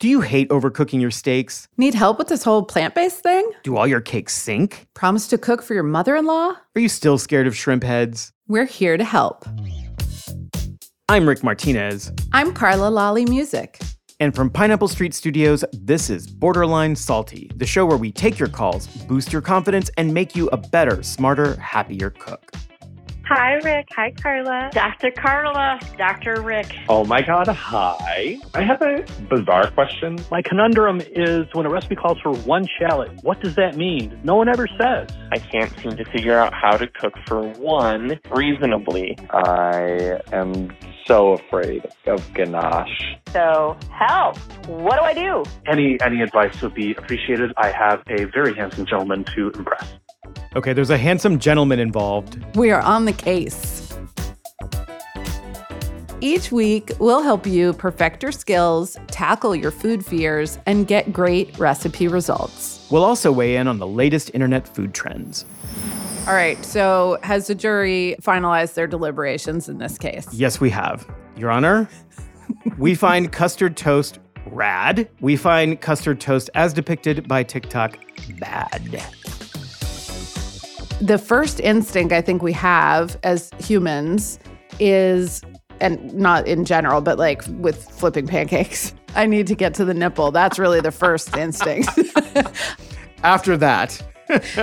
Do you hate overcooking your steaks? Need help with this whole plant based thing? Do all your cakes sink? Promise to cook for your mother in law? Are you still scared of shrimp heads? We're here to help. I'm Rick Martinez. I'm Carla Lolly Music. And from Pineapple Street Studios, this is Borderline Salty, the show where we take your calls, boost your confidence, and make you a better, smarter, happier cook. Hi, Rick. Hi, Carla. Dr. Carla, Dr. Rick. Oh my God, hi. I have a bizarre question. My conundrum is when a recipe calls for one shallot, what does that mean? No one ever says. I can't seem to figure out how to cook for one reasonably. I am so afraid of ganache. So, help. What do I do? Any any advice would be appreciated. I have a very handsome gentleman to impress. Okay, there's a handsome gentleman involved. We are on the case. Each week, we'll help you perfect your skills, tackle your food fears, and get great recipe results. We'll also weigh in on the latest internet food trends. All right, so has the jury finalized their deliberations in this case? Yes, we have. Your Honor, we find custard toast rad. We find custard toast as depicted by TikTok bad. The first instinct I think we have as humans is, and not in general, but like with flipping pancakes, I need to get to the nipple. That's really the first instinct. After that,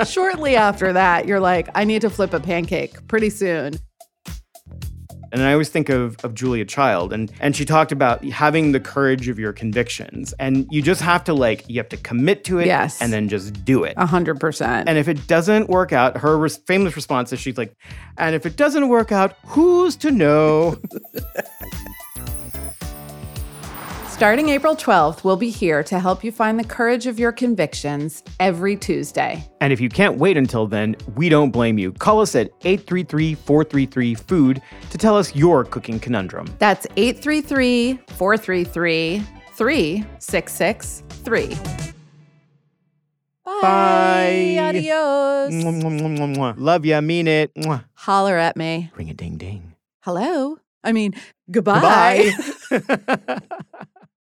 Shortly after that, you're like, I need to flip a pancake pretty soon. and I always think of, of Julia Child, and, and she talked about having the courage of your convictions. And you just have to, like, you have to commit to it Yes. Uh-huh. and then just do it. A 100%. And if it doesn't work out, her res- famous response is she's like, and if it doesn't work out, who's to know? Starting April 12th, we'll be here to help you find the courage of your convictions every Tuesday. and if you can't wait until then, we don't blame you. Call us at 833 433 Food to tell us your cooking conundrum. That's 833 433 3663. Bye. Mwah, Adios. mwah, mwah, mwah, mwah. Love ya, mean it. Mwah. Holler at me. Ring a ding ding. Hello. I mean, goodbye. Goodbye.